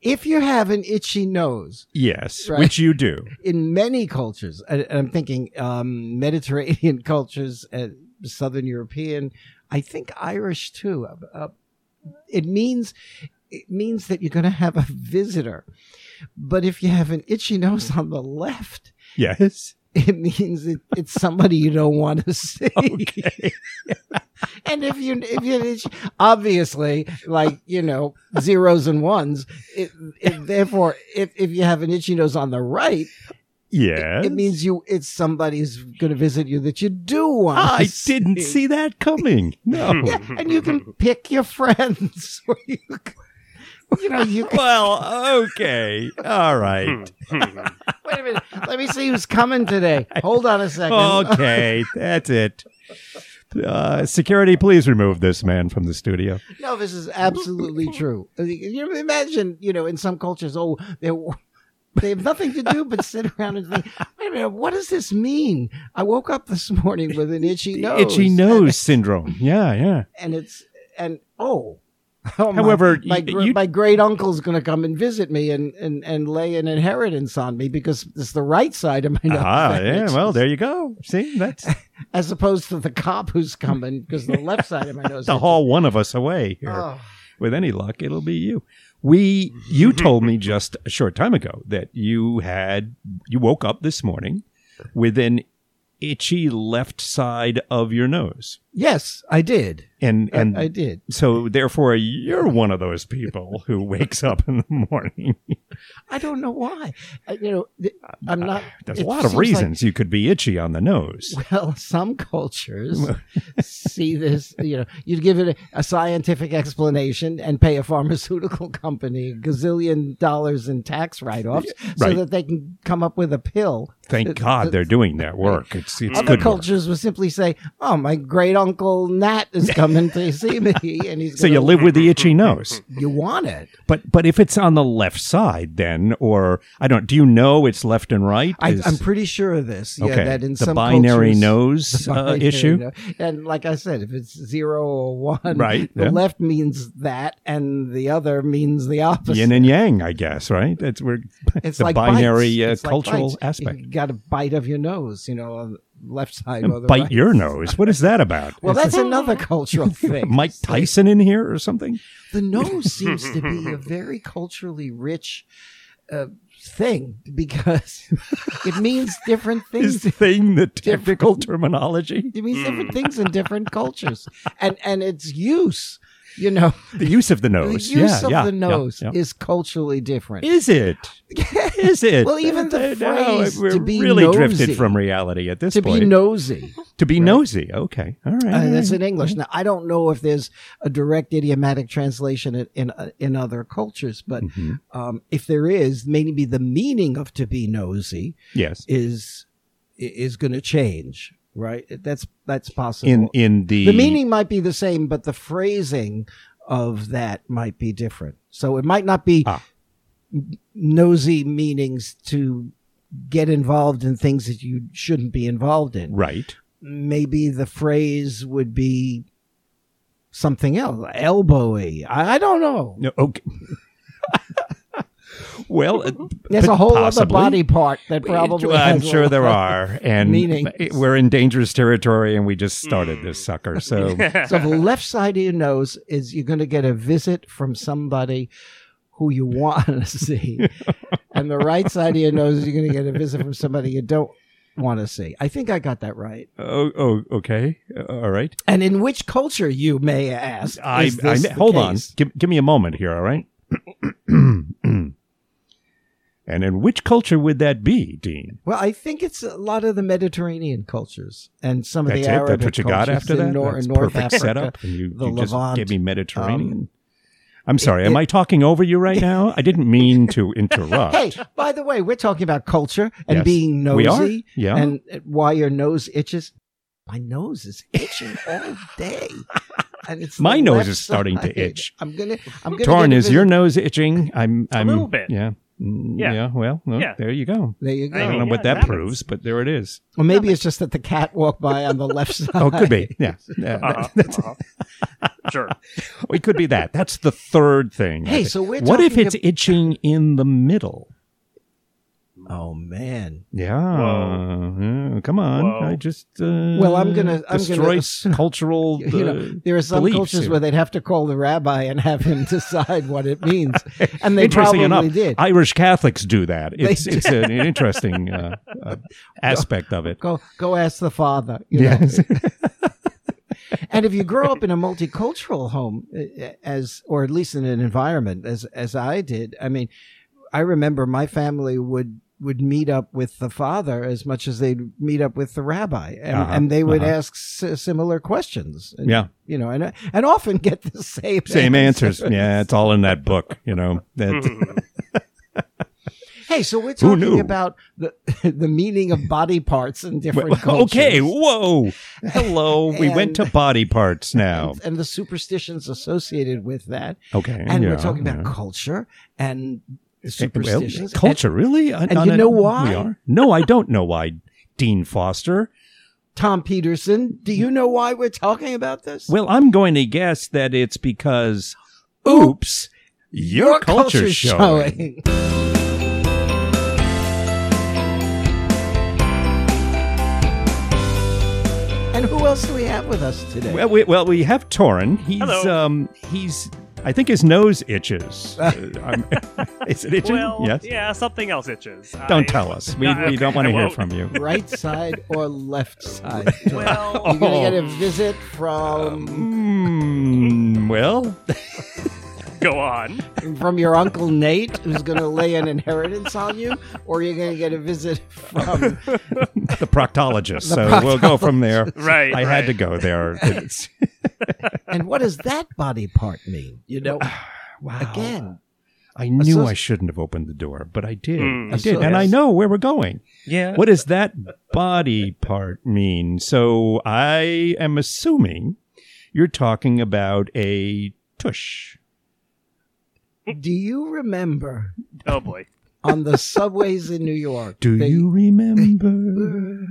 if you have an itchy nose, Yes, Right. which you do. in many cultures, and and I'm thinking um, Mediterranean cultures, uh, Southern European, I think Irish too. uh, uh, it means it means that you're going to have a visitor, but if you have an itchy nose on the left, Yes. it means it, it's somebody you don't want to see. Okay. And if you if you it's obviously like you know zeros and ones, it, it, therefore if if you have an itchy nose on the right, Yes. it means you it's somebody's going to visit you that you do want. to I didn't see that coming. No. Yeah, and you can pick your friends. or you, c- you know, you can, well, okay. All right. Uh-huh, wait a minute. Let me see who's coming today. Hold on a second. Oh, Okay. That's it. Uh, security, please remove this man from the studio. No, this is absolutely true. You imagine, you know, in some cultures, oh, they they have nothing to do but sit around and think. Wait a minute, what does this mean? I woke up this morning with an itchy nose. Itchy nose syndrome. Yeah, yeah. and it's and oh. oh my- However, my, y- gr- you- my great uncle's going to come and visit me and, and, and lay an inheritance on me because it's the right side of my nose. Ah, that yeah. itches, Well, there you go. See, that's as opposed to the cop who's coming because the left side of my nose. to itches. haul one of us away here. Oh. With any luck, it'll be you. We, you told me just a short time ago that you had, you woke up this morning with an itchy left side of your nose, Yes, I did. and And and I, I did. so therefore you're one of those people who wakes up in the morning. I don't know why. I, you know, th- I'm not. Uh, There's it a lot of seems like- reasons you could be itchy on the nose. well, some cultures see this. You know, you'd give it a, a scientific explanation and pay a pharmaceutical company a gazillion dollars in tax write-offs so Right. that they can come up with a pill. Thank God they're doing that work. It's it's Other good work. cultures will simply say, "Oh, my great uncle Nat is coming to see me, and he's So you gonna- live with the itchy nose. you want it." But but if it's on the left side, then or I don't. Do you know it's left and right? I, Is- I'm pretty sure of this. okay. Yeah, that in the some binary cultures, nose the uh, binary issue. no- And like I said, if it's zero or one, Right, the yeah. left means that, and the other means the opposite. Yin and yang, I guess, right? That's where it's the like binary bites. uh, It's like cultural bites. aspect. You got a bite of your nose, you know, on the left side or the Bite right. your nose. What is that about? Well, Is that's another cultural that thing. Mike Tyson in here or something? the nose seems to be a very culturally rich uh, thing because it means different Is things thing the technical terminology? it means different things in different cultures and and its use you know The use of the nose. the use yeah, of yeah, the yeah, nose yeah. is culturally different Is it? Is it? Well, even the Uh, no, phrase we're to be really nosy. drifted from reality at this to point. be nosy to be nosy. Okay. All right. uh, that's in english now i don't know if there's a direct idiomatic translation in in, uh, in other cultures but Mhm. um, if there is maybe the meaning of to be nosy Yes. is is going to change right that's that's possible In in the, the meaning might be the same, but the phrasing of that might be different. So it might not be Ah. n- nosy meanings to get involved in things that you shouldn't be involved in. right. Maybe the phrase would be something else, elbowy. I, I don't know. No, okay. well, uh, There's but a whole possibly. other body part that probably. Well, I'm has a sure there lot are, and meanings. we're in dangerous territory, and we just started this sucker. So So the left side of your nose is you're going to get a visit from somebody who you want to see, and the right side of your nose you're going to get a visit from somebody you don't want to see. I think I got that right. oh, oh, okay, all right. And in which culture you may ask? I, is I this the hold on. case? Give, give me a moment here, all right? and in which culture would that be, Dean? Well, I think it's a lot of the Mediterranean cultures and some of That's the it. Arabic That's what you got cultures after in that. Nor- That's North perfect Africa. setup. And you, the you just Levant, gave me Mediterranean. um, I'm sorry. am it- I talking over you right now? I didn't mean to interrupt. Hey, by the way, we're talking about culture and Yes. being nosy. We are? Yeah. And why your nose itches. My nose is itching all day. And it's the My nose left is starting to side. itch. I'm gonna I'm gonna Torn, get a is visit- your nose itching? I'm. I'm little bit. Yeah. Mm, Yeah. Well, well, Yeah. there you go. there you go. I I don't mean, know yeah, what it that happens. proves, but there it is. Well maybe it's just that the cat walked by on the left side. Oh, it could be. Yeah. Yeah, Uh-huh, uh-huh. sure. It could be that. That's the third thing. I Hey, think. so we're what if talking it's ab- itching in the middle? Oh man. Yeah, Whoa. yeah, come on. Whoa. I just uh, Well, I'm gonna- I'm destroy gonna- s- cultural. You uh, know, there are some beliefs cultures here. where they'd have to call the rabbi and have him decide what it means, and they Interesting probably enough, did. Irish Catholics do that. It's do. it's an, an interesting uh, uh, aspect of it. go go ask the father. you know. Yes, and if you grow up in a multicultural home uh, as or at least in an environment as as i did i mean i remember my family would would meet up with the father as much as they'd meet up with the rabbi and, Uh-huh, and they would uh-huh. ask s- similar questions And, Yeah. you know and uh, and often get the same same answers. Yeah, it's all in that book. You know, Hmm. that, Mhm. hey so we're Who talking knew? about the the meaning of body parts in different Well, cultures okay, whoa. Hello. we went to And- body parts now. and, and the superstitions associated with that Okay. and yeah, we're talking about yeah. culture and Eh, well, superstitions. culture, really? And, you know why? We are? No, I don't know why. Dean Foster. And Tom Peterson, do you know why we're talking about this? Well, I'm going to guess that it's because, oops, your, culture's showing. and who else do we have with us today? Well, we, well, we have Torin. He's, Hello. um, he's, I think his nose itches. Uh, I'm- is it itching? Well, yes. yeah, something else itches. Don't I- tell us. We, No, we okay, don't want I to hear won't. from you. right side or left side? Well, You're gonna get a Oh. visit from Mm, well, go on. from your uncle Nate, who's gonna lay an inheritance on you, or you're gonna get a visit from the proctologist. so we'll go from there. Right. I had to right. go there. It's- and what does that body part mean? You know, wow. again, I knew so- I shouldn't have opened the door, but I did. Mm. I did. So- and I yes. know where we're going. Yeah. What does that body part mean? So I am assuming you're talking about a tush. do you remember Oh boy. on the subways in New York? Do they- you remember?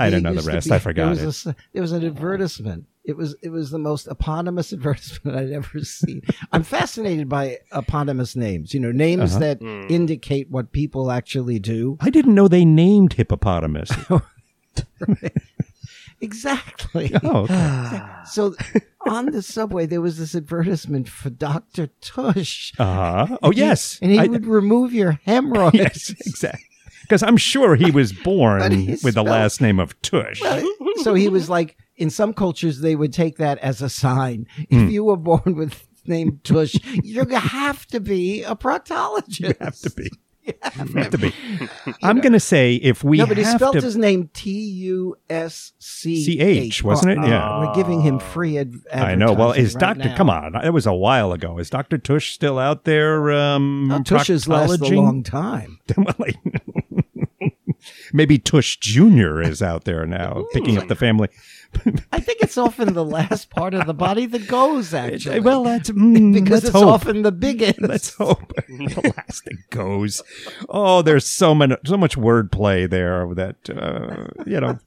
I don't There know used the to rest. be- I there forgot was it. a s- there was an advertisement. It was it was the most eponymous advertisement I'd ever seen. I'm fascinated by eponymous names. You know, names Uh-huh. that Mm. indicate what people actually do. I didn't know they named hippopotamus. Oh, Exactly. Oh, okay. So on the subway, there was this advertisement for Doctor Tush. Uh-huh. Oh, yes. and he I- would remove your hemorrhoids. yes, exactly. Because I'm sure he was But born he with the spelled- last name of Tush. so he was like, in some cultures, they would take that as a sign. Hmm. If you were born with the name Tush, you have to be a proctologist. You have to be. Have to be. I'm going to say if we no, but he have spelled to his name T U S C CH, wasn't it? Yeah. We're giving him free ad- I know. Well, advertising is right Doctor? now. Come on, it was a while ago. Is Doctor Tush still out there? Um, Now, Tushes last a proctologing? long time. Well, I- Maybe Tush Junior is out there now, picking up the family. I think it's often the last part of the body that goes, actually. Well, that's mm, because let's it's hope. often the biggest. Let's hope the last it goes. Oh, there's so many, so much wordplay there that uh, you know,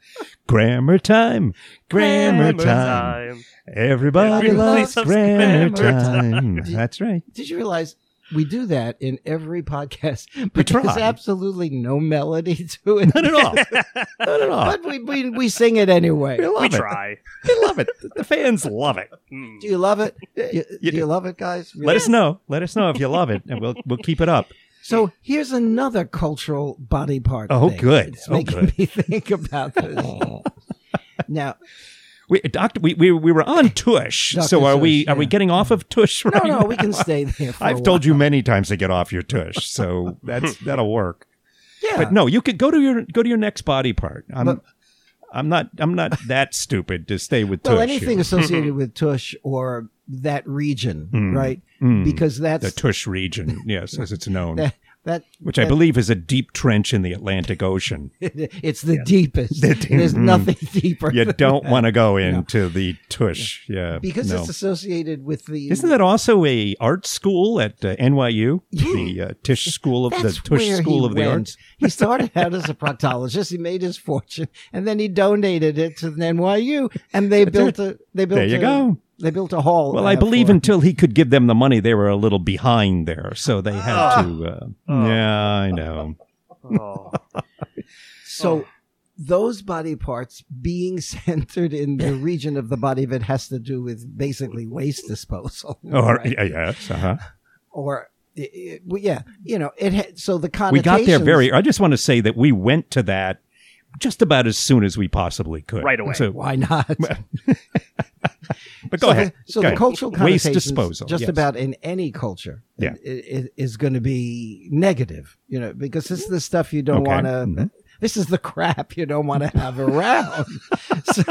grammar time, grammar, time. Everybody, Everybody loves loves grammar, grammar time. time. That's right. Did you realize we do that in every podcast, but try. there's absolutely no melody to it. Not at all. Not at all. But we, we, we sing it anyway. We love We it. try. They love it. The fans love it. Mm. Do you love it? You, you do do. you love it, guys? Let us know. Let us know if you love it, and we'll we'll keep it up. So here's another cultural body part. Oh, thing. good. It's Oh, making good. me think about this. now, We, doctor, we, we we were on Tush, Dr. so are we Tush, are we yeah. getting off of Tush no, right no, now? we can stay there. For I've told you many times to get off your Tush, so that's that'll work. you. Yeah. But no, you could go to your go to your next body part. I'm But- I'm not I'm not that stupid to stay with well, Tush. anything associated with Tush or that region, Hmm. right? Mm, Because that's the Tush region, yes, as it's known, that, that which I that- believe is a deep trench in the Atlantic Ocean. it's the deepest. The deep- There's Mm. nothing deeper. You than don't that. want to go into the Tush, yeah, because no. it's associated with the. Isn't that also a art school at uh, NYU? Yeah. The uh, Tisch School of That's the Tush where School he of the went. Arts. He started out as a proctologist. He made his fortune, and then he donated it to the NYU, and they built a. They built. There you a, go. They built a hall. Well, I uh, believe for- until he could give them the money, they were a little behind there, so they had Ah. to. Uh, Oh. Yeah, I know. Oh. So Oh. those body parts being centered in the region of the body that has to do with basically waste disposal. Or right? Oh, yeah, yes, uh-huh. Or i- i- well, yeah, you know, it. Ha- so the we got there connotations- very. I just want to say that we went to that just about as soon as we possibly could. Right away. So, Why not? but go so ahead. The, so Go the ahead. cultural Waste connotations, disposal, just yes. about in any culture, Yeah. i- i- is going to be negative. You know, because this is the stuff you don't Okay. want to. Mhm. This is the crap you don't want to have around. so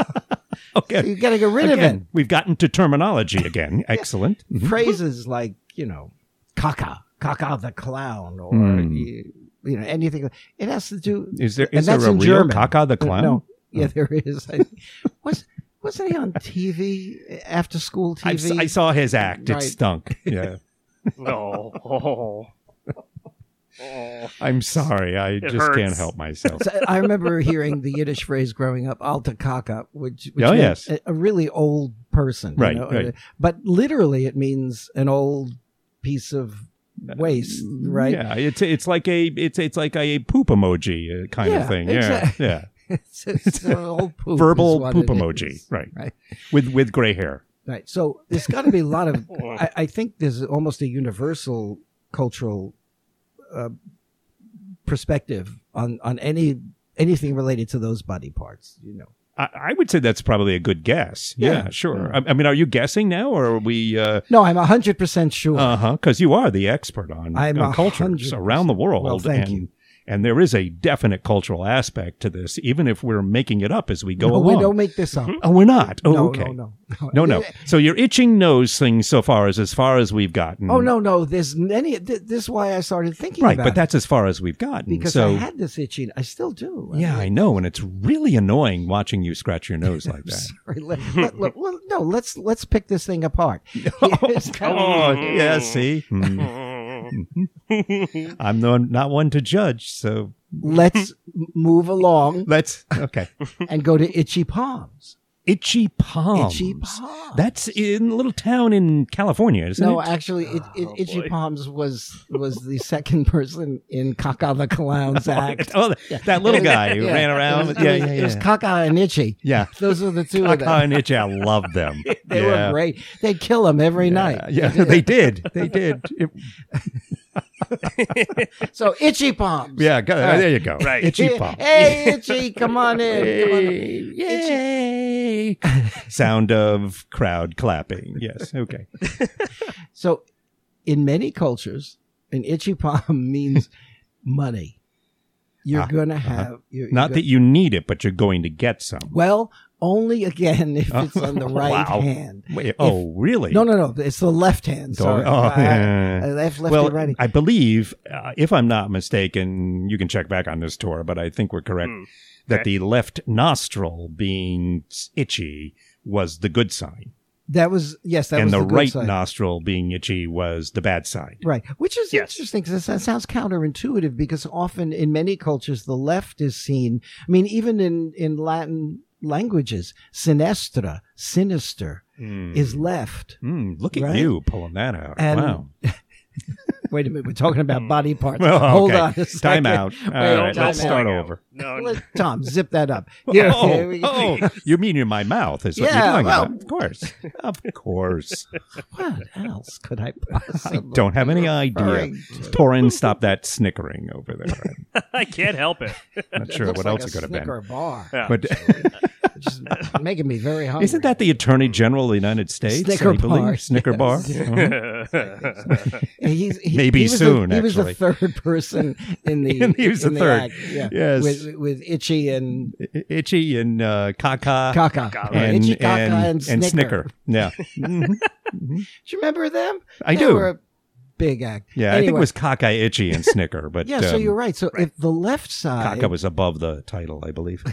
okay. you got to get rid of it. Again, we've gotten to terminology again. Excellent. Mhm. phrases like you know caca caca the clown or Hmm. you, you know anything it has to do Is there And is there that's a in real German. Uh, Kaka the clown? Oh. no yeah there is I, was wasn't he on tv after school I've s- tv I saw his act. It Right. stunk. Yeah. No. Oh. Oh. I'm sorry. I just can't hurts. help myself. So I remember hearing the Yiddish phrase growing up, "alta kaka," which, which Oh, meant yes. a, a really old person, you Right, know? uh, right. But literally, it means an old piece of waste, right? Uh, mm, Yeah, it's it's like a it's it's like a poop emoji uh, kind Yeah, of thing. exactly. Yeah, it's, it's an old poop is Verbal what poop it emoji, is. right. Right. yeah, with with gray hair. Right. So there's got to be a lot of. Oh. I, I think there's almost a universal cultural uh, perspective on on any anything related to those body parts. You know. I, I would say that's probably a good guess. Yeah, Yeah. sure. I, I mean, are you guessing now, or are we? Uh No, I'm hundred percent sure. huh. Because you are the expert on, I'm on a cultures hundred around the world. Well, thank and, you. And there is a definite cultural aspect to this, even if we're making it up as we go No, along. we don't make this up. oh, we're not. Oh, no, okay. no, no, No, no. So your itching nose thing so far is as far as we've gotten. Oh no, no. There's many. Th- this is why I started thinking Right, about but it, that's as far as we've gotten. because so I had this itching. I still do. yeah, I mean, know, and it's really annoying watching you scratch your nose like that. sorry. Let, let, let- well, no, let's let's pick this thing apart. Oh, Here's come how- on. yeah, see, Oh. Hmm. I'm no, not one to judge, so Let's m- move along let's okay. and go to Itchy Palms. Itchy palms. Itchy Palms. That's in a little town in California, isn't no, it? actually, it, it, Oh, Itchy boy. Palms was was the second person in Kaka the Clown's act. Oh, that, that little guy who Yeah. ran around. It was, yeah, it was, yeah, It was yeah. Kaka and Itchy. yeah. Those are the two of Kaka them. and Itchy, I love them. They yeah. were great. They'd kill them every Yeah, night. Yeah, they did. They did. It- So itchy palms. yeah, go, All right. there you go. Right. Itchy palms. Hey, itchy, come on in. Come on in. Yay! Sound of crowd clapping. Yes. Okay. So, in many cultures, an itchy palm means money. You're Ah, gonna uh-huh. have you're, you're Not gonna- that you need it, but you're going to get some. Well, only again if it's on the right Wow. hand. Wait, oh, really? No, no, no. It's the left hand. Don't- Sorry, oh, I- I- yeah. I left, left, well, and righty. I believe, uh, if I'm not mistaken, you can check back on this tour, but I think we're correct Hmm. that Okay. the left nostril being itchy was the good sign, That was yes. That and was the, the, good right side. nostril being itchy was the bad side. Right, which is Yes. interesting because that sounds counterintuitive. Because often in many cultures, the left is seen. I mean, even in in Latin languages, sinistra, sinister, Hmm. is left. Hmm, look at Right? you pulling that out. And- wow. Wait a minute, we're talking about body parts. Hmm. Well, Hold okay. on, a Time second. out. All Wait, right, time let's out. start over. No, no. Let- Tom, zip that up. here oh, we go. oh, you mean in my mouth is what Yeah, you're talking well- about. Of course. Of course. What else could I I possibly? don't have any be idea. referring to? Torin, stop that snickering over there. I can't help it. I'm not It sure looks what like else a it could have been. Snicker bar. Yeah. But It's just making me very hungry. isn't that the Attorney General of the United States? I Snicker believe? bar, Snicker yes. bar? Mhm. He's, he, Maybe he was soon, The, he was the actually. third person in the. And he was the in third. act, yeah. Yes. With, with itchy and I- Itchy and uh, Kaka. caca. Caca. Yeah, And, itchy caca and, and, and snicker. Snicker. Yeah. Mhm. Mhm. Do you remember them? I They do. Were a big act. yeah, I think it Anyway. was Kaka, Itchy, and Snicker. But Yeah, so um, you're right. So if the left side, Kaka was above the title, I believe.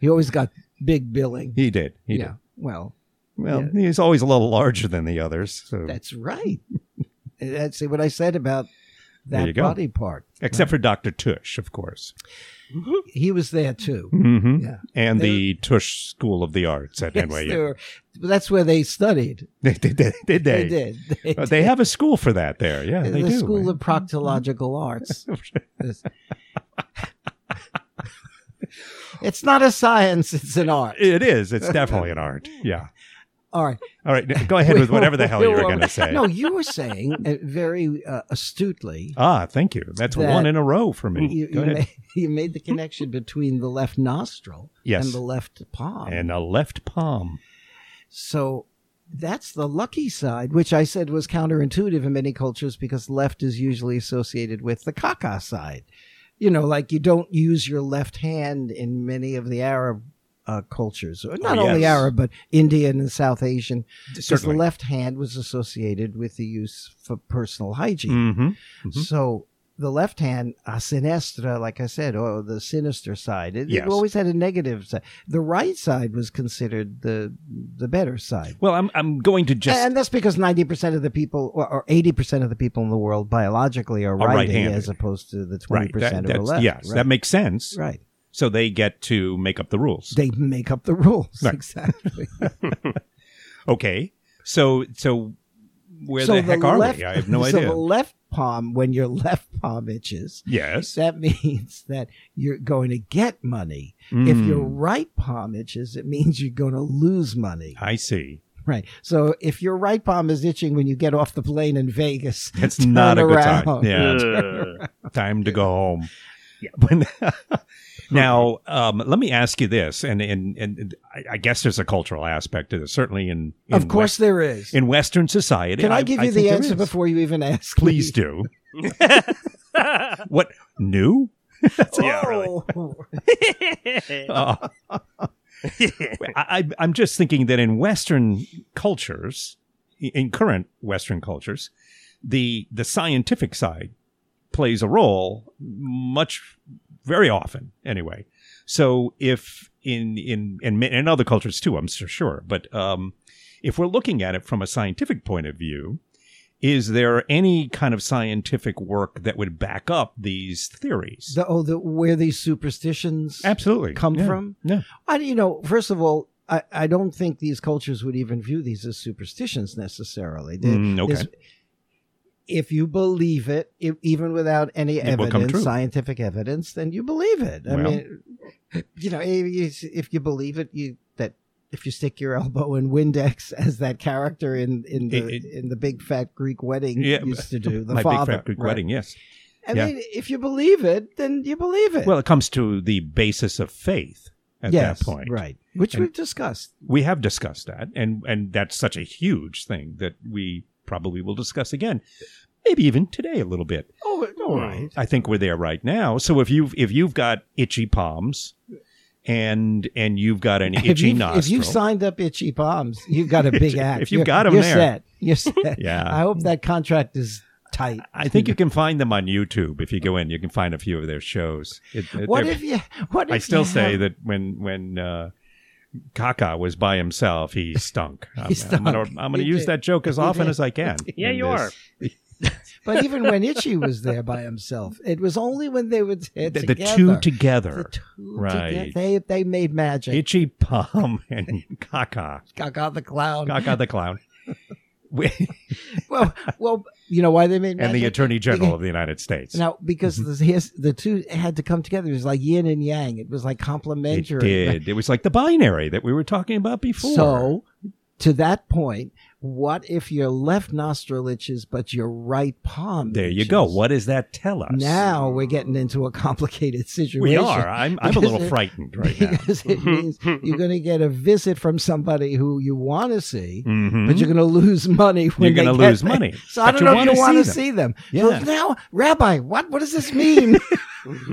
he always got big billing. He did. He yeah. did. Well, Well, he's always a little larger than the others. So that's right. That's what I said about There you that go. body part. except for Dr. Tush, of course. He was there too. hmm Mm-hmm. Yeah. And the Tush School of the Arts at Yes, NYU. they were- that's where they studied. They did. They, did They, they? did. They Uh, they have a school for that there. Yeah, did. they the do. School right? of Proctological Arts. This- it's not a science, it's an art. It is. It's definitely an art. Yeah. All right. All right. n- Go ahead with whatever the hell you were going to say. No, you were saying uh, very uh, astutely. Ah, thank you. That's That- one in a row for me. You, Mm, Go you, ahead. made, you made the connection between the left nostril Yes. and the left palm. and a left palm. So that's the lucky side, which I said was counterintuitive in many cultures because left is usually associated with the caca side. You know, like you don't use your left hand in many of the Arab uh, cultures, or not Oh, only yes. Arab, but Indian and South Asian. Because the Certainly. left hand was associated with the use for personal hygiene. hmm Mhm. So the left hand, a sinistra, like I said, or the sinister side, it, it Yes. always had a negative side. The right side was considered the the better side. Well, I'm I'm going to just and that's because 90% of the people, or- or 80% of the people in the world biologically are, Are righty right-handed. as opposed to the 20% right. that- who are that's- left. yes, right. that makes sense. right. So they get to make up the rules. They make up the rules. Right. Exactly. okay. So so where So the heck are left- we? I have no so idea. the left palm, when your left palm itches, yes. that means that you're going to get money. If your Mm, right palm itches, it means you're going to lose money. I see. Right. So if your right palm is itching when you get off the plane in Vegas, That's turn not a good around. time. Yeah. Ugh. time to go home. When- now, um, let me ask you this, and and, and I, I guess there's a cultural aspect to this, certainly in, in of course West- there is. in Western society. Can I give you think the there answer is. before you even ask? Please do. What new? yeah, really. Oh, Uh, I, I- I'm just thinking that in Western cultures, in current Western cultures, the the scientific side plays a role much, very often anyway. So if in in in, ma- in other cultures too, I'm su- sure, but um, if we're looking at it from a scientific point of view. Is there any kind of scientific work that would back up these theories? The, oh, the, where these superstitions Absolutely. come Yeah. from? Yeah. I, you know, first of all, I, I don't think these cultures would even view these as superstitions necessarily. They- Mm, okay. There's- If you believe it, if, even without any It will come evidence, true. scientific evidence, then you believe it. I Well. mean, you know, if you, if you believe it, you that if you stick your elbow in Windex, as that character in in the It- it- in the big fat Greek wedding Yeah, used to do, the My father, big fat Greek right? wedding. Yes. I yeah. mean, if you believe it, then you believe it. Well, it comes to the basis of faith at yes, that point. right? Which And- we've discussed. We have discussed that, and and that's such a huge thing that we probably will discuss again, maybe even today a little bit. Oh, all right. I think we're there right now. So if you've if you've got itchy palms, and and you've got an if itchy you nostril, if you signed up itchy palms, you've got a big Itchy- act. if you've You're- got 'em you're there. set. You're set. yeah. I hope that contract is tight. I think you can find them on YouTube. If you go in, you can find a few of their shows. It- it- What they're- if you? What if I still you say have- that when when uh, Kaka was by himself, he stunk. I'm, stunk. I'm gonna, I'm gonna He use did. that joke as He often did. as I can. Yeah, in you this. are. But even when Itchy was there by himself, it was only when they were there The, the together. two The together, two Right. together. They they made magic. Itchy Palm and Kaka, Gaga the clown. Kaka the clown, We- Well, well, you know why they made and the magic. Attorney General of the United States. now, because the, Mm-hmm. his, the two had to come together. It was like yin and yang. It was like it complementary. did. It was like the binary that we were talking about before. So, to that point, what if your left nostril itches but your right palm? there you itches? go. What does that tell us? Now we're getting into a complicated situation. we are. I'm I'm a Because little it- frightened right now. because it means you're going to get a visit from somebody who you want to see, Mhm. but you're going to lose money. When You're gonna they get lose there. money, So I but don't you know if wanna you want to see see them. Yeah. So now, Rabbi, what what does this mean?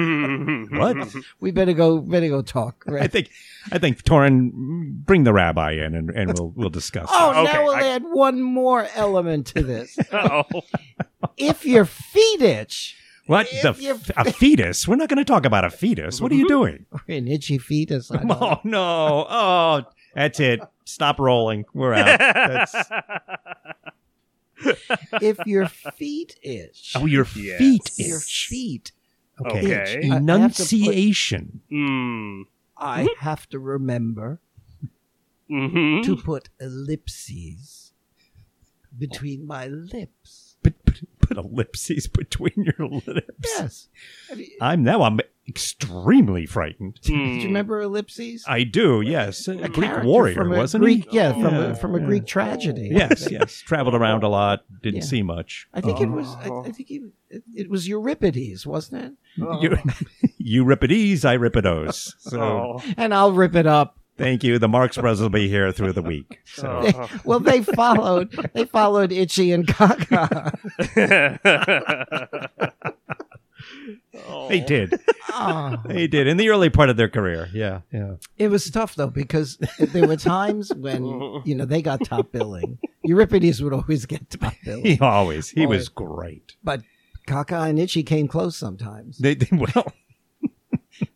What? we better go better go talk. I Right? think, I think, Torin, bring the rabbi in, and, and we'll we'll discuss. Oh, Okay, now we'll I- add one more element to this. Oh, if your feet itch, what if the you- Mm-hmm. f- a fetus? We're not going to talk about a fetus. What are you doing? an itchy feet is like, Oh no! Oh, that's it. Stop rolling. We're out. That's, if your feet itch, Oh, your Yes. feet itch. your feet Okay. Okay. itch, I- I have to put- Enunciation. Mm. I Mm-hmm. have to remember hmm to put ellipses between my lips. Put, put, put ellipses between your lips. Yes. I mean, I'm now. I'm extremely frightened. Do you remember ellipses? Hmm. I do. Yes, a Greek character warrior, from a wasn't Greek, he? Yeah, from Yeah, a, from a yeah. Greek tragedy. Yes, yes. Traveled around a lot. Didn't Yeah. see much. I think it was. I, Oh. I think it, it, it was Euripides, wasn't You, Euripides, Euripidos. So Oh, it? And I'll rip it up. thank you. The Marx Brothers will be here through the week. So Well, they followed. they followed Itchy and Kaka. they did. Ah. They did in the early part of their career. Yeah, yeah. It was tough though because there were times when you know they got top billing. Euripides would always get top He billing, always. Oh, He was great. but Kaka and Itchy came close sometimes. They, they well.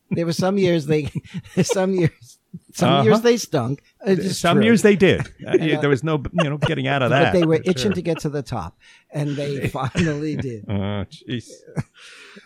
There were some years they, some years, some Uh-huh. years they stunk. It is Some true. years they did. Uh, Yeah. there was no, you know, getting out of that. but they were for itching sure. to get to the top, and they finally did. Oh, jeez.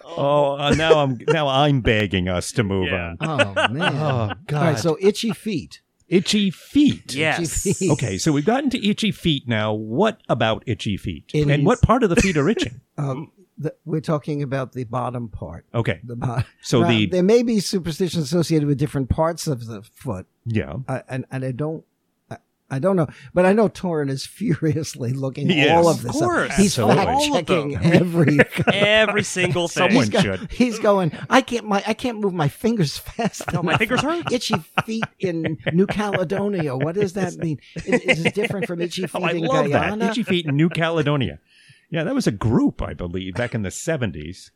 Oh, uh, now I'm now I'm begging us to move Yeah. on. Oh man! Oh God! All right, so itchy feet. itchy feet. Itchy yes. feet. Okay, so we've gotten to itchy feet now. What about itchy feet? It and is- what part of the feet are itching? Um, the, we're talking about the bottom part. Okay, The bottom. so the there may be superstitions associated with different parts of the foot, yeah I, and and I don't. I- I don't know, but I know Torin is furiously looking He all is. of Of this course. up. He's Absolutely. fact All of them. checking everything. Oh. Every single thing. Someone- He's go- should. He's going. I can't. My I can't move my fingers fast. No, my enough." fingers hurt. Itchy feet in New Caledonia. What does that mean? Is, is it different from itchy feet Oh, I in love Guyana? that. Itchy Feet in New Caledonia. Yeah, that was a group, I believe, back in the 70s.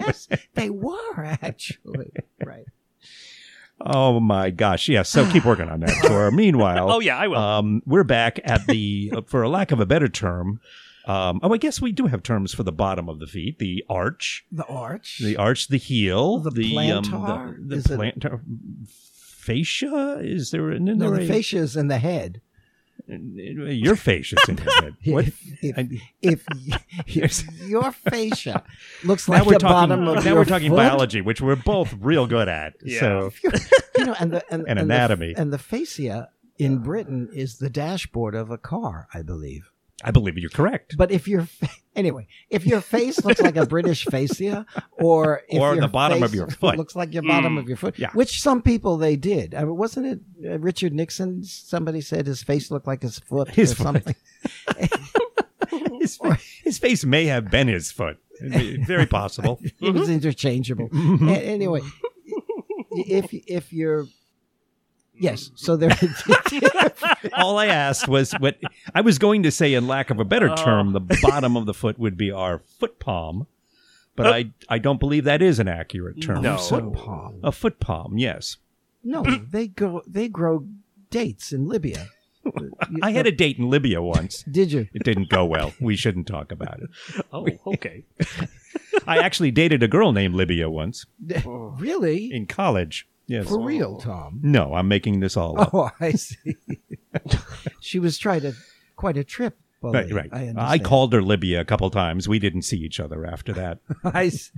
Yes, they were actually right. Oh my gosh. Yeah, so keep working on that tour. Meanwhile, Oh yeah, I will. um, we're back at the, uh, for a lack of a better term, um, oh, I guess we do have terms for the bottom of the feet the arch, The arch. the arch, the heel, The plantar? the, the Is it- plantar. Fascia? Is there an no, the a- uh, fascia is in the head. Your fascia's in his head. What? If if, I- if, y- if your fascia looks Now like we're the talking. bottom of Now your we're talking foot, biology, which we're both real good at. Yeah. So you know, and the and, and and the- anatomy. and the fascia in Britain is the dashboard of a car, I believe. I believe you're correct. But if your fa- anyway, if your face looks like a British fascia, or if Or your the bottom of face your foot. looks like your bottom Mm. of your foot, Yeah. which some people they did. I mean, wasn't it uh, Richard Nixon? Somebody said his face looked like his foot His or foot. something. His, fa- his face may have been his foot. Very possible. It Mm-hmm. was interchangeable. A- Mhm. anyway, if if you're yes, so there. All I asked was what I was going to say, in lack of a better Oh. term, the bottom of the foot would be our foot palm, but I I don't believe that is an accurate term. No. So- Foot palm. a foot palm, yes. No, they go. They grow dates in Libya. Uh, I had a date in Libya once. Did you? It didn't go well. We shouldn't talk about it. oh, okay. I actually dated a girl named Libya once Really? Oh. in college. Yes. For real, Tom? No, I'm making this all up. Oh, I see. she was trying to quite a trip. Right, Bully. right. I, Oh, understand. called her Libya a couple times. We didn't see each other after that. I s-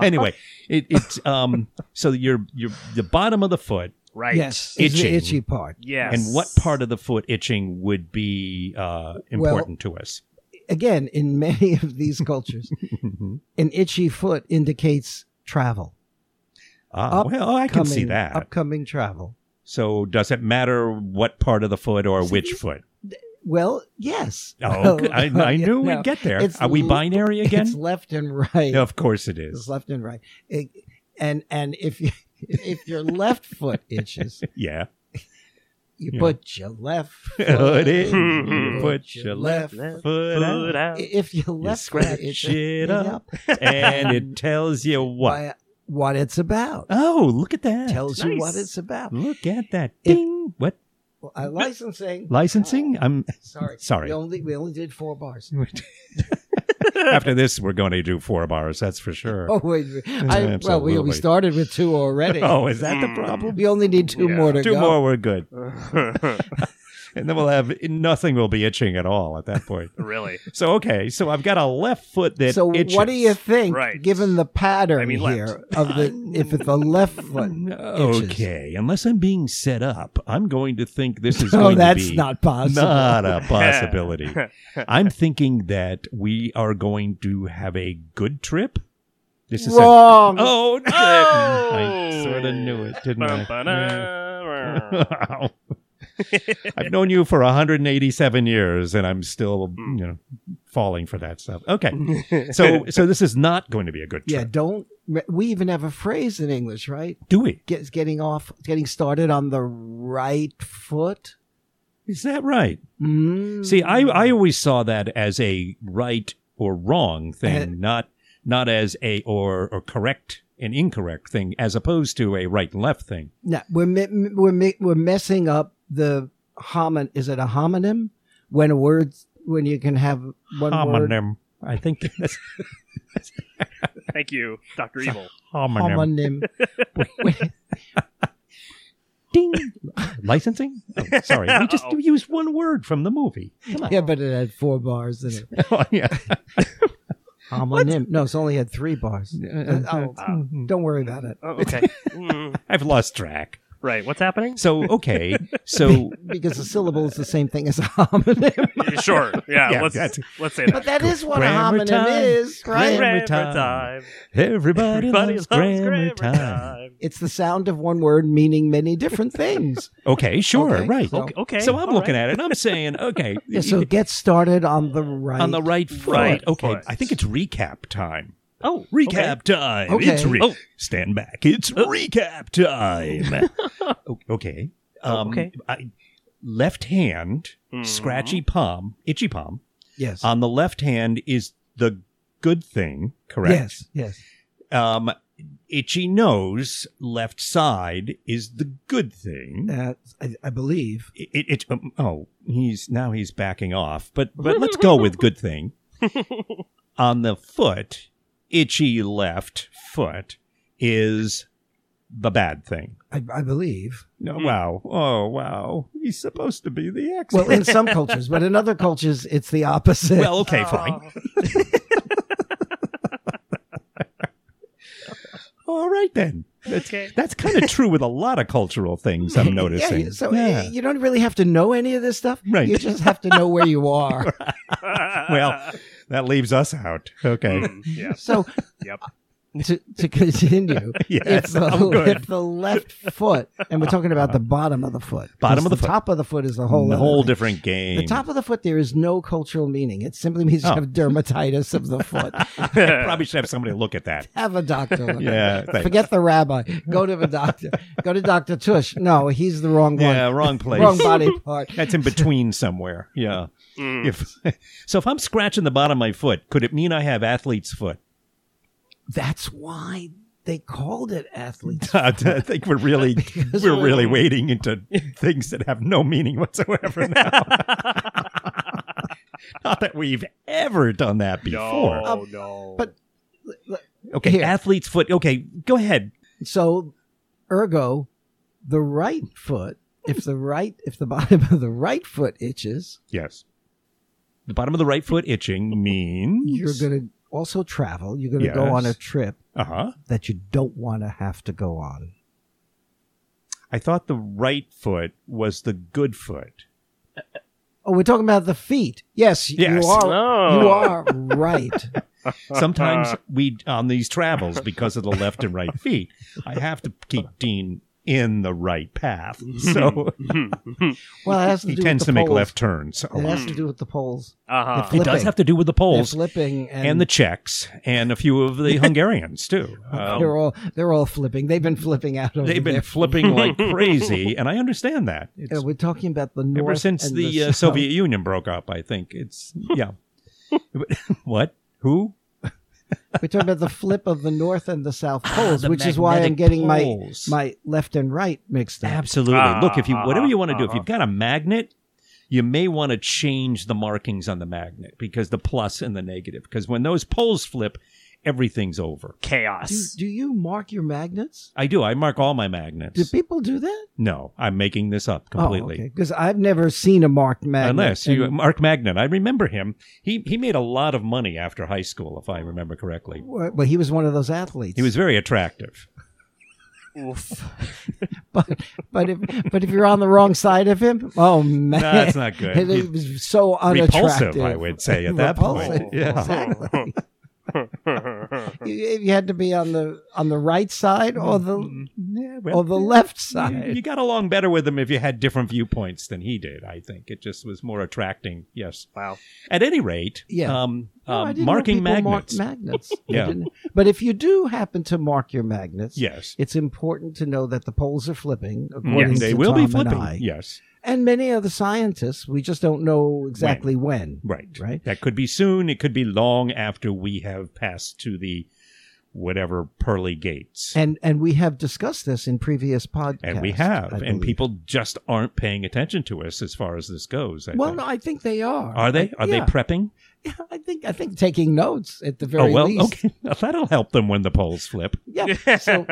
anyway, it, it's um. So your your the bottom of the foot Right. yes, it's the Itching. itchy part. Yes. and what part of the foot itching would be uh, important to us? Again, in many of these cultures, an itchy foot indicates travel. Ah, well, I can see Upcoming- that. upcoming travel. So does it matter what part of the foot or which foot? Well, yes. Oh, good. I, I Yeah, knew no. we'd get there. It's Are we l- binary again? It's left and right. No, of course it It's is. left and right. It- and and if you if your left foot itches, Yeah. you Yeah. put your left foot, Put it. in, Mhm. you Put your left foot foot Put out out. if you left scratch it's- it up. and it tells you what. Why, what it's about. Oh, look at that. Tells you what nice. it's about. Look at that. If- Ding. what? Well, I licensing. Licensing? I'm Sorry. Sorry. We only we only did four bars. After this, we're going to do four bars. That's for sure. Oh wait, I, well we, Absolutely. we started with two already. Oh, is Oh, that the problem? We only need two Yeah. more to Two go. more, we're good. and then we'll have nothing will be itching at all at that point. Really? So okay, so I've got a left foot that so itches. what do you think, Right. given the pattern I mean, left. here of the if it's a left foot? itches? Oh, Okay, unless I'm being set up, I'm going to think this is Oh, going that's to be not possible. not a possibility. I'm thinking that we are going to have a good trip. This is a, Wrong. oh no! I Oh. sort of knew it, didn't I? Yeah. Ba-ba-da. Wow. I've known you for 187 years, and I'm still, Mm. you know, falling for that stuff. Okay, so so this is not going to be a good yeah, trip, don't. We even have a phrase in English, right? do we? Get, getting off, getting started on the right foot. Is that right? Mm. See, I I always saw that as a right or wrong thing, Uh, not not as a or or correct and incorrect thing, as opposed to a right and left thing. No, we're mi- m- we're mi- we're messing up the homon. Is it a homonym? When a word, when you can have one word. Homonym. I think that's Thank you, Doctor Evil. homonym. Homonym. Ding. Licensing? Oh, sorry, we just Uh-oh. used one word from the movie. Come on. yeah, but it had four bars in it. Oh, yeah. Homonym. No, it's only had three bars. Oh, Uh, don't worry about it Oh, okay. Mm, I've lost track. right. What's happening? So okay, so because a syllable is the same thing as a homonym. Sure. Yeah. Yeah, let's that's- let's say But that. that is what Grammar a homonym time. is, right? Grammar Grammar time. time. everybody, loves Everybody loves grammar, grammar time. time. It's the sound of one word meaning many different things. Okay, sure, Okay, right. so- Okay. Okay. So I'm all looking right. at it. I'm saying, okay, Yeah, so get started on the right. on the right foot. Right okay, foot. I think it's recap time. Oh, Recap time. Okay. It's re- Oh. stand back. It's recap time. O- okay. Um, okay. I, left hand, Mhm. scratchy palm, itchy palm. Yes. On the left hand is the good thing, correct? Yes. Yes. um, itchy nose left side is the good thing. Uh, I, I believe. It, it, it- um, oh, he's now he's backing off, but but let's go with good thing. On the foot, itchy left foot is the bad thing. I, I believe. No, Hmm. wow, oh wow, he's supposed to be the expert. Well, in some cultures, but in other cultures, it's the opposite. Well, okay, fine. Oh. All right then. That's, Okay. that's kind of true with a lot of cultural things I'm yeah, noticing. you- so Yeah. uh, you don't really have to know any of this stuff. Right. You just have to know where you are. Well, that leaves us out. Okay. Mm, yeah. So, Yep. to, to continue, if, Yes, the, I'm good. if the left foot, and we're talking about the bottom of the foot, 'cause Bottom of the foot. top of the foot is the whole other a whole thing. different game. The top of the foot, there is no cultural meaning. It simply means Oh. you have dermatitis of the foot. Uh, Probably should have somebody look at that. have a doctor. look at it. Yeah, thanks. Forget the rabbi. Go to the doctor. Go to Dr. Tush. No, he's the wrong one. yeah, wrong place. wrong body part. That's in between somewhere. Yeah. Mm. If so, if I'm scratching the bottom of my foot, could it mean I have athlete's foot? That's why they called it athletes. I think we're really we're really wading into things that have no meaning whatsoever now. Not that we've ever done that before. No, Um, no. but- okay, here. athlete's foot. Okay, go ahead. So, ergo, the right foot. If the right, if the bottom of the right foot itches, Yes. The bottom of the right foot itching means you're going to also travel. You're going to go Yes. on a trip Uh huh. that you don't want to have to go on. I thought the right foot was the good foot. Oh, we're talking about the feet. Yes, Yes. Oh. you are. No. You are right. Sometimes we on these travels because of the left and right feet, I have to keep Dean in the right path. So Hmm, Well, it has to he do with tends the to make poles. left turns. a It lot. has to do with the poles. uh-huh. It It does flipping. have to do with the They're Poles flipping and, and the Czechs and a few of the Hungarians too. Um, they're all they're all flipping. They've been flipping out over they've been there. flipping like crazy, and I understand that. Uh, It's, we're talking about the north ever since and the, uh, south. Soviet Union broke up, I think it's yeah. what? Who? We're talking about the flip of the north and the south poles, Ah, the which is why I'm magnetic getting poles. my my left and right mixed up. Absolutely. Ah, Look, if you whatever you want to do, if uh-huh. you've got a magnet, you may want to change the markings on the magnet because the plus and the negative. Because when those poles flip, everything's over. Do, chaos. do you mark your magnets? I do. I mark all my Do magnets. people do that? no, I'm making this up completely. Because I've never seen a marked magnet. Unless you, and- Mark Magnan, I remember him. He he made a lot of money after high school, if I remember correctly. Well, well, he was one of those athletes. He was very attractive. Oof. but but if but if you're on the wrong side of him, oh man, No, that's not good. It, He's was so unattractive. repulsive, I would say at that Repulsive. point. Yeah. Exactly. You, you had to be on the on the right side or the Yeah, Mm-hmm. well, or the left you, side. you got along better with him if you had different viewpoints than he did. I think it just was more attracting. Yes. wow. At any rate, Yeah. um, No, I um, didn't know marking people marked magnets. magnets. I Yeah. didn't- But if you do happen to mark your magnets, yes. it's important to know that the poles are flipping. Yeah, According they to will Tom be flipping. And, I. Yes. and many other scientists, we just don't know exactly when. Right. Right. That could be soon. It could be long after we have passed to the whatever pearly gates. And and we have discussed this in previous podcasts. And we I have. believe. And people just aren't paying attention to us as far as this goes. I Well, think. no, I think they are. Are they? Are Yeah. they prepping? Yeah, I think I think taking notes at the very oh, well, least. okay. That'll help them when the polls flip. Yeah. so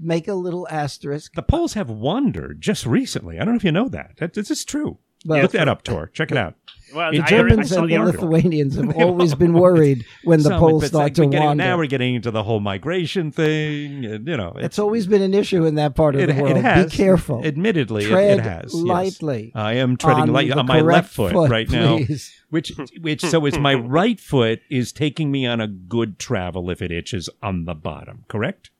make a little asterisk. The polls have wandered just recently. I don't know if you know that. that this is true. Well, uh, Look that up, Tor. Check it out. Well, the I, heard- I Germans saw and the the article. Lithuanians have They've always been always- worried when the Some- polls but it's start like to we're getting- wander. Now we're getting into the whole migration thing. And, you know, it, it's always been an issue in that part of it, the world. it has. Be careful. Admittedly, it- Tread it, has. yes. lightly. I am treading light the on my correct left foot, right now, please. which which so is my right foot is taking me on a good travel if it itches on the bottom, correct?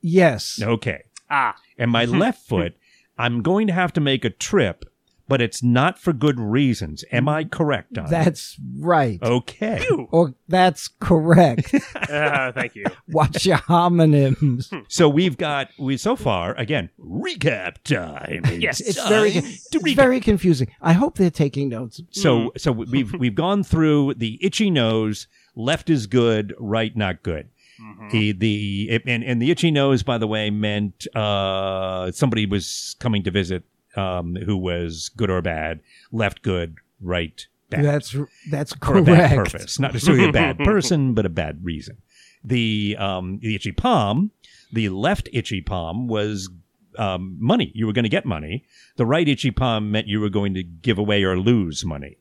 Yes. Okay. Ah, And my left foot, I'm going to have to make a trip, but it's not for good reasons. Am I correct on that? That's right. Oh. Okay. phew. Or that's correct. Uh, thank you. Watch your homonyms. So we've got we so far again recap time. Yes, It's very time to It's recap. very confusing. I hope they're taking notes. So so we've we've gone through the itchy nose. Left is good, right not good. Mhm. The the it, and and the itchy nose, by the way, meant uh, somebody was coming to visit um, who was good or bad. Left good, right bad. That's that's for a bad correct. purpose, not necessarily a bad person, but a bad reason. The um, the itchy palm, the left itchy palm was um, money. You were going to get money. The right itchy palm meant you were going to give away or lose money.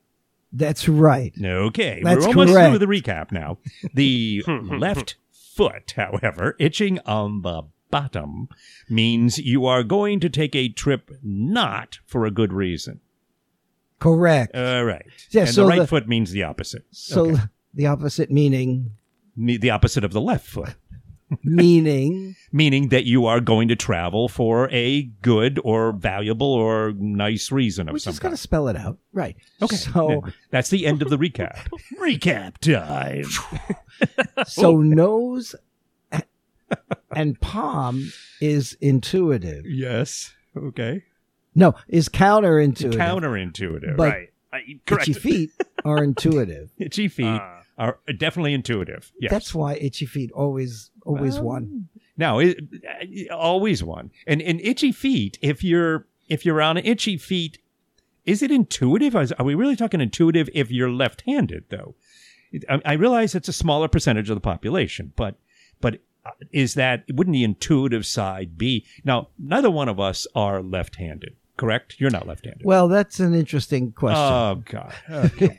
That's right. Okay, That's we're almost correct. through the recap now. The left foot, however, itching on the bottom means you are going to take a trip not for a good reason. Correct. All right. Yeah, and so the right the- foot means the opposite. so Oh, Okay. the opposite meaning Me- the opposite of the left foot. meaning meaning that you are going to travel for a good or valuable or nice reason of we're some just kind. gonna spell it out. Right. Okay. So Yeah. that's the end of the recap. recap time. so nose a- and palm is intuitive. yes. Okay. No, is counterintuitive. Counterintuitive. But- right. Uh, I, correct. Itchy feet are intuitive. Itchy feet Ah. are definitely intuitive. Yes. That's why itchy feet always always Um, won. No, it, uh, always one. And and itchy feet. If you're if you're on itchy feet, is it intuitive? Is- Are we really talking intuitive if you're left-handed though? It- I, I realize it's a smaller percentage of the population, but but uh, is that wouldn't the intuitive side be now? Neither one of us are left-handed, correct? You're not left-handed. Well, that's an interesting question. Oh God!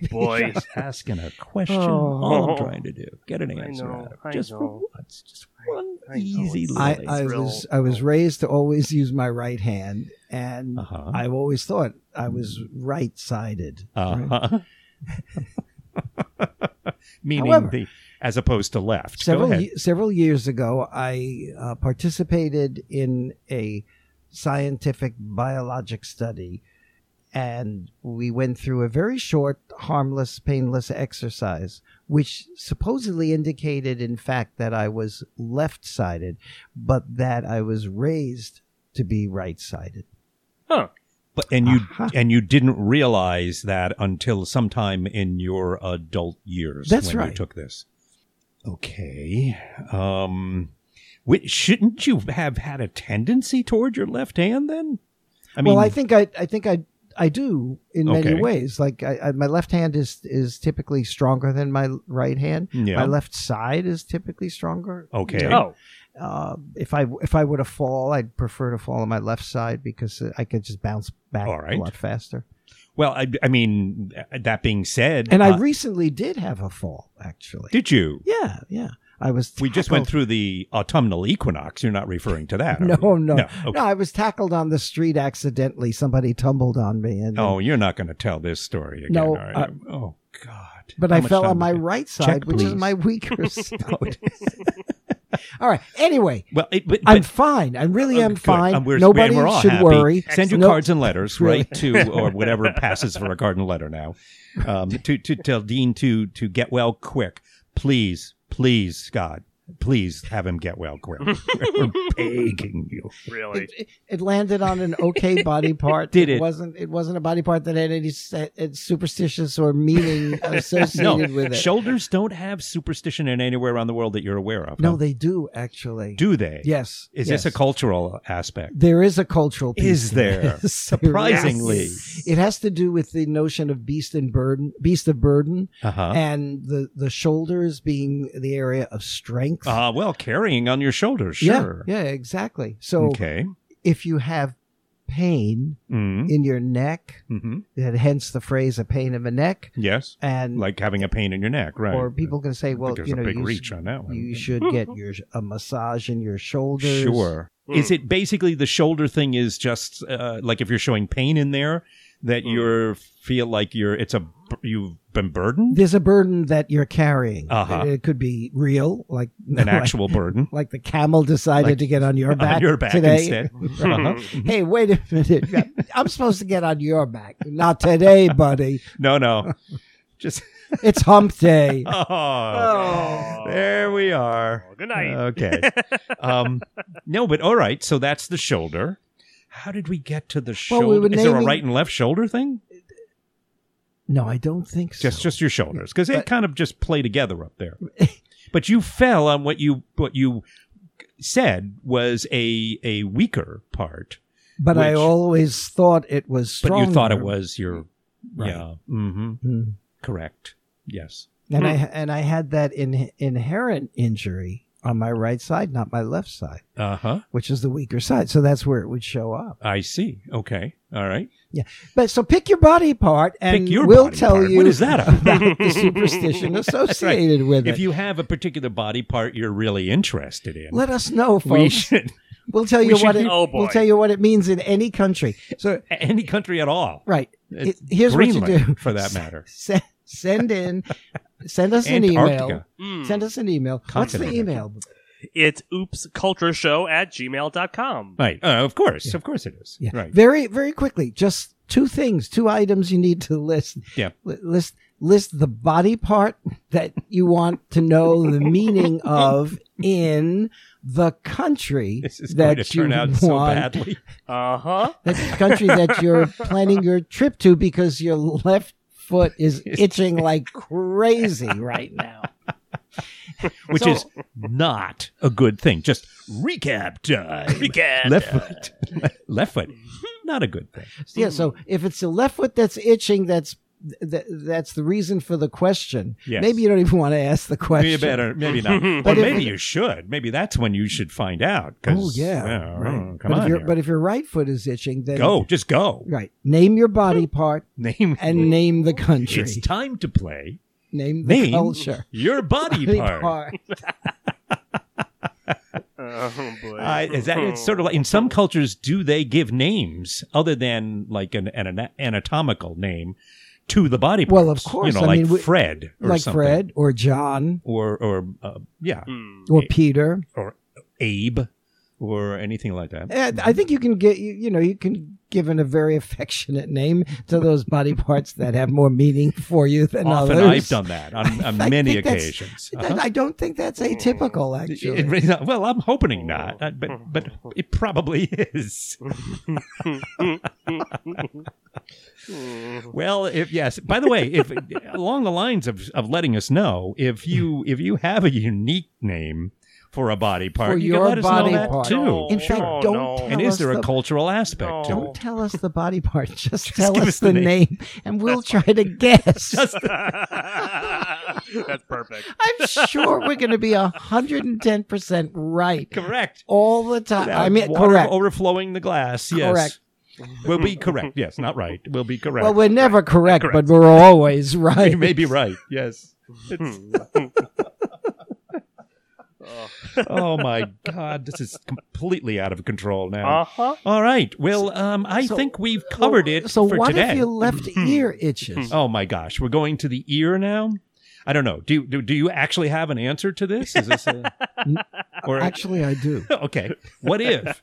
Boy. Just asking a question. Oh. All I'm trying to do get an I answer know, out of it. I just for know. once, just one I know, easy it's- little I, answer. I real- was I was raised to always use my right hand, and Uh-huh. I've always thought I was right-sided. Uh-huh. Meaning However- the as opposed to left. Several Go ahead. ye- several years ago, I uh, participated in a scientific biologic study, and we went through a very short, harmless, painless exercise, which supposedly indicated, in fact, that I was left-sided, but that I was raised to be right-sided. but, and you Aha. and you didn't realize that until sometime in your adult years That's when you right. took this. Okay. Um whi- shouldn't you have had a tendency toward your left hand then? I mean well, I think I, I think I, I do in many Okay. ways. Like I, I, my left hand is is typically stronger than my right hand. Yeah. My left side is typically stronger. Okay. Oh, Uh, if I if I were to fall, I'd prefer to fall on my left side because uh, I could just bounce back All right. a lot faster. Well, I, I mean, that being said, And I uh, recently did have a fall, actually. did you? yeah, yeah. I was. We just went tackled- through the autumnal equinox. You're not referring to that. are No, you? no, no. Okay. No, I was tackled on the street accidentally. Somebody tumbled on me, and Oh, you're not going to tell this story again. No, are uh, you? oh God. But How I much fell time on we my got? right side, Check, which please. is my weaker side. All right. Anyway, Well, it, but, I'm but- fine. I really uh, am good. fine. Um, we're- Nobody we're all should happy. worry. Send you No- cards and letters, Really. right to or whatever passes for a card and letter now. Um, to to tell Dean to to get well quick, please, please, God, please have him get well quick. We're begging you. really? It, it- it landed on an okay body part. Did it? wasn't It wasn't a body part that had any se- uh, superstitious or meaning associated with it. Shoulders don't have superstition in anywhere around the world that you're aware of. no, huh? they do actually. do they? yes. Is yes. this a cultural aspect? There is a cultural piece. Is to this. there? There is. Surprisingly. It has to do with the notion of beast and burden, beast of burden, Uh huh. and the the shoulders being the area of strength. Uh, well, carrying on your shoulders, Yeah, sure. Yeah, exactly. So Okay. if you have pain Mm. in your neck, hmm that hence the phrase "a pain in the neck," Yes. and Like having a pain in your neck, right? or people can say, I think "Well, there's you know, a big you, s- reach on that one. you should get your a massage in your shoulders." Sure. Hmm. Is it basically the shoulder thing is just uh, like if you're showing pain in there that Hmm. you're feel like you're it's a you've been burdened There's a burden that you're carrying. Uh-huh. It, it could be real, like an like- actual burden like the camel decided Like- to get on your back on your back today. instead. Hmm. Uh-huh. Hey, wait a minute! I'm supposed to get on your back, not today, buddy. No, no. Just It's hump day. oh, Oh. there we are. Uh, Oh, good night. Okay. Um, no, but all right. So that's the shoulder. How did we get to the Well, we shoulder? were is there a naming- right and left shoulder thing? No, I don't think so. Just just your shoulders, because they But- kind of just play together up there. but you fell on what you what you said was a a weaker part, but I which- always thought it was stronger. but you thought it was your Right. yeah. hmm Mm. Correct. Yes. And I and I had that in, inherent injury on my right side, not my left side, Uh huh. which is the weaker side. So that's where it would show up. I see. Okay. All right. But so pick your body part, and Pick your we'll body tell part. you What is that? about the superstition That's right. associated with it. If you have a particular body part you're really interested in, Let us know, folks. we should We'll tell We you should what do- it, oh, boy. we'll tell you what it means in any country. So any country at all. right, It's it- here's Greenland, what you do for that matter. Send, send in, send us an email. Antarctica. Mm. Send us an email. What's the Continent. email? It's oopscultureshow at gmail.com. Right. Uh, of course. Yeah. Of course it is. Yeah, Right. very very quickly. Just two things, two items you need to list. Yeah. Li- list list the body part that you want to know the meaning of in the country This is that going to you turn out want so badly. Uh huh. that country that you're planning your trip to because your left foot is itching like crazy right now. Hmm. which So- is not a good thing. Just recap time. Recap. left foot. left foot. Not a good thing. So, yeah, so if it's the left foot that's itching, that's th- that's the reason for the question. Yes. Maybe you don't even want to ask the question. Maybe better. Maybe not. or But if- maybe you should. Maybe that's when you should find out. 'cause, Oh yeah, uh, right. but Come on. If your, here. but if your right foot is itching, then go. Just go. right. Name your body part Name. and name the country. It's time to play name the name culture. your body part. Oh, boy. Uh, is that it's sort of like in some cultures do they give names other than like an, an, ana- anatomical name to the body Well, parts? of course, you I know, like mean, we- Fred, or like something. Fred or John or or uh, yeah, Hmm. or Eh. Peter. Abe, or anything like that. And I think you can get you, you know you can give in a very affectionate name to those body parts that have more meaning for you than Often others. I've done that on, on I many think that's- occasions. That- Uh-huh. I don't think that's atypical, It- actually. it really- well, I'm hoping not, uh, but but it probably is. Hmm. Well, if yes. By the way, if along the lines of, of letting us know if you if you have a unique name for a body part. For you can your let us body know that part. too. No. In fact, Oh, don't no. tell And is us there a the- cultural aspect to Don't it? tell us the body part. Just, tell give us, us the the, name. name. and we'll try to guess. That's perfect. I'm sure we're going to be 110% right Correct. all the time. Without I mean, water correct. Overflowing the glass. Yes. Correct. We'll be correct. Yes, not right. We'll be correct. Well, we're never correct, Correct. but we're always right. you may be right. Yes. It's- Hmm. oh my God, this is completely out of control now. Uh huh. All right. Well, um, I so- think we've covered it So for what today. Hmm. if your left ear itches? Oh my gosh, we're going to the ear now. I don't know. Do you do, do you actually have an answer to this? Is this a, or Actually, I do. okay? What if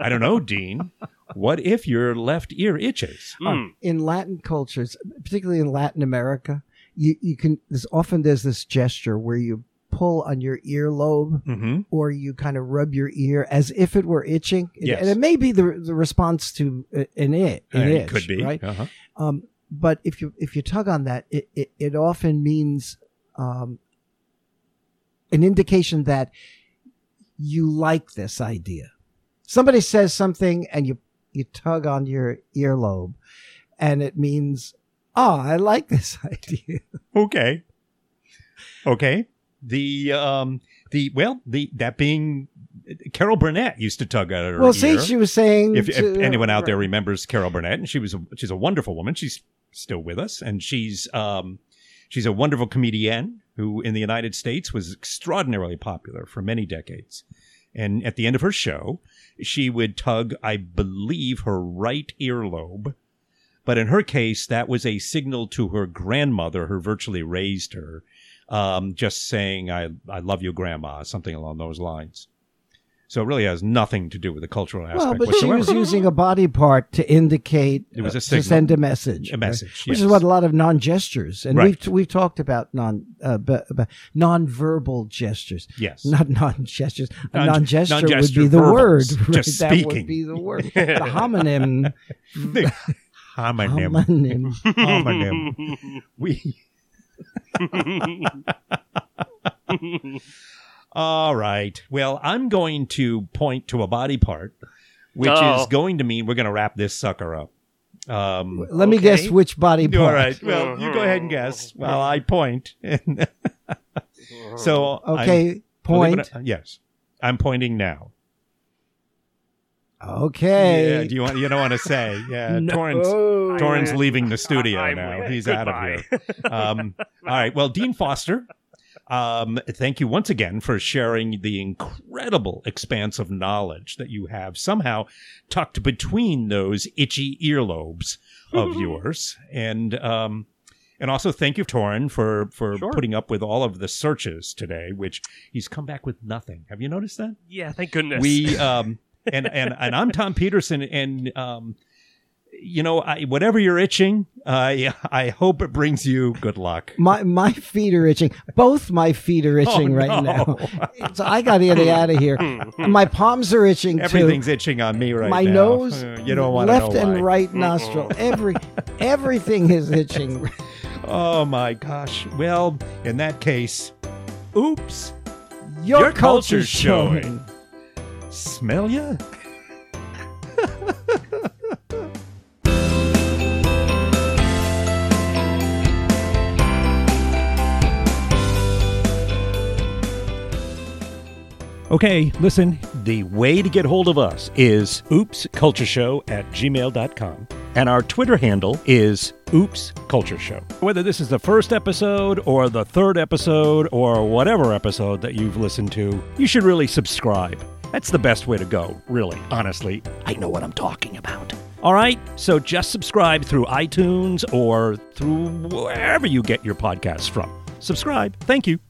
I don't know, Dean? What if your left ear itches? Mm. in Latin cultures, particularly in Latin America, you, you can there's often there's this gesture where you pull on your earlobe Mm-hmm. or you kind of rub your ear as if it were itching. And- Yes. And it may be the, the response to a- an it, an it itch, could be. right. Uh-huh. Um, but if you if you tug on that, it it, it often means um, an indication that you like this idea. Somebody says something, and you you tug on your earlobe, and it means, "Oh, I like this idea." Okay. Okay. The um the well the that being Carol Burnett used to tug at her well, ear. see, she was saying if, if to- anyone out there remembers Carol Burnett, and she was a, she's a wonderful woman. She's still with us, and she's um, she's a wonderful comedienne who, in the United States, was extraordinarily popular for many decades. And at the end of her show, she would tug, I believe, her right earlobe. But in her case, that was a signal to her grandmother, who virtually raised her, um, just saying, I, I love you, grandma, something along those lines. So it really has nothing to do with the cultural aspect well, but whatsoever. she was using a body part to indicate It was a uh, signal. to send a message, a right? message, which yes. is what a lot of non-gestures and Right. we've we've talked about non uh, b- b- non-verbal gestures. Yes. Not non-gestures. Non- A non-gesture, non-gesture would be the verbals, word. just that speaking. would be the word. The homonym. homonym. homonym. homonym. We. All right. Well, I'm going to point to a body part, which Oh. is going to mean we're going to wrap this sucker up. Um, Let me guess Okay. which body part. all right. Well, you go ahead and guess while I point. so I'm- Okay. believe point. it or- yes, I'm pointing now. Yeah, Okay. do you want? You don't want to say. Yeah. Torrance. No. Oh, Torrance I'm- leaving the studio I'm- now. yeah, He's out goodbye. of here. Um, all right. Well, Dean Foster, um, thank you once again for sharing the incredible expanse of knowledge that you have somehow tucked between those itchy earlobes of yours, and um, and also thank you, Torin, for for Sure. putting up with all of the searches today, which he's come back with nothing. Have you noticed that? yeah, thank goodness. we um and and and I'm Tom Peterson and um you know I, whatever you're itching I I hope it brings you good luck. My my feet are itching. Both my feet are itching Oh, right no. now. So I got to get out of here. My palms are itching too. Everything's itching on me right my now. nose, Uh, you don't want left to know and why. right nostril. Every everything is itching. Oh my gosh. Well, in that case, oops, Your, Your culture's culture's showing. showing. smell ya? Okay, listen, the way to get hold of us is oopscultureshow at gmail.com. And our Twitter handle is oopscultureshow. Whether this is the first episode or the third episode or whatever episode that you've listened to, you should really subscribe. That's the best way to go, really, honestly. I know what I'm talking about. All right, so just subscribe through iTunes or through wherever you get your podcasts from. Subscribe. Thank you.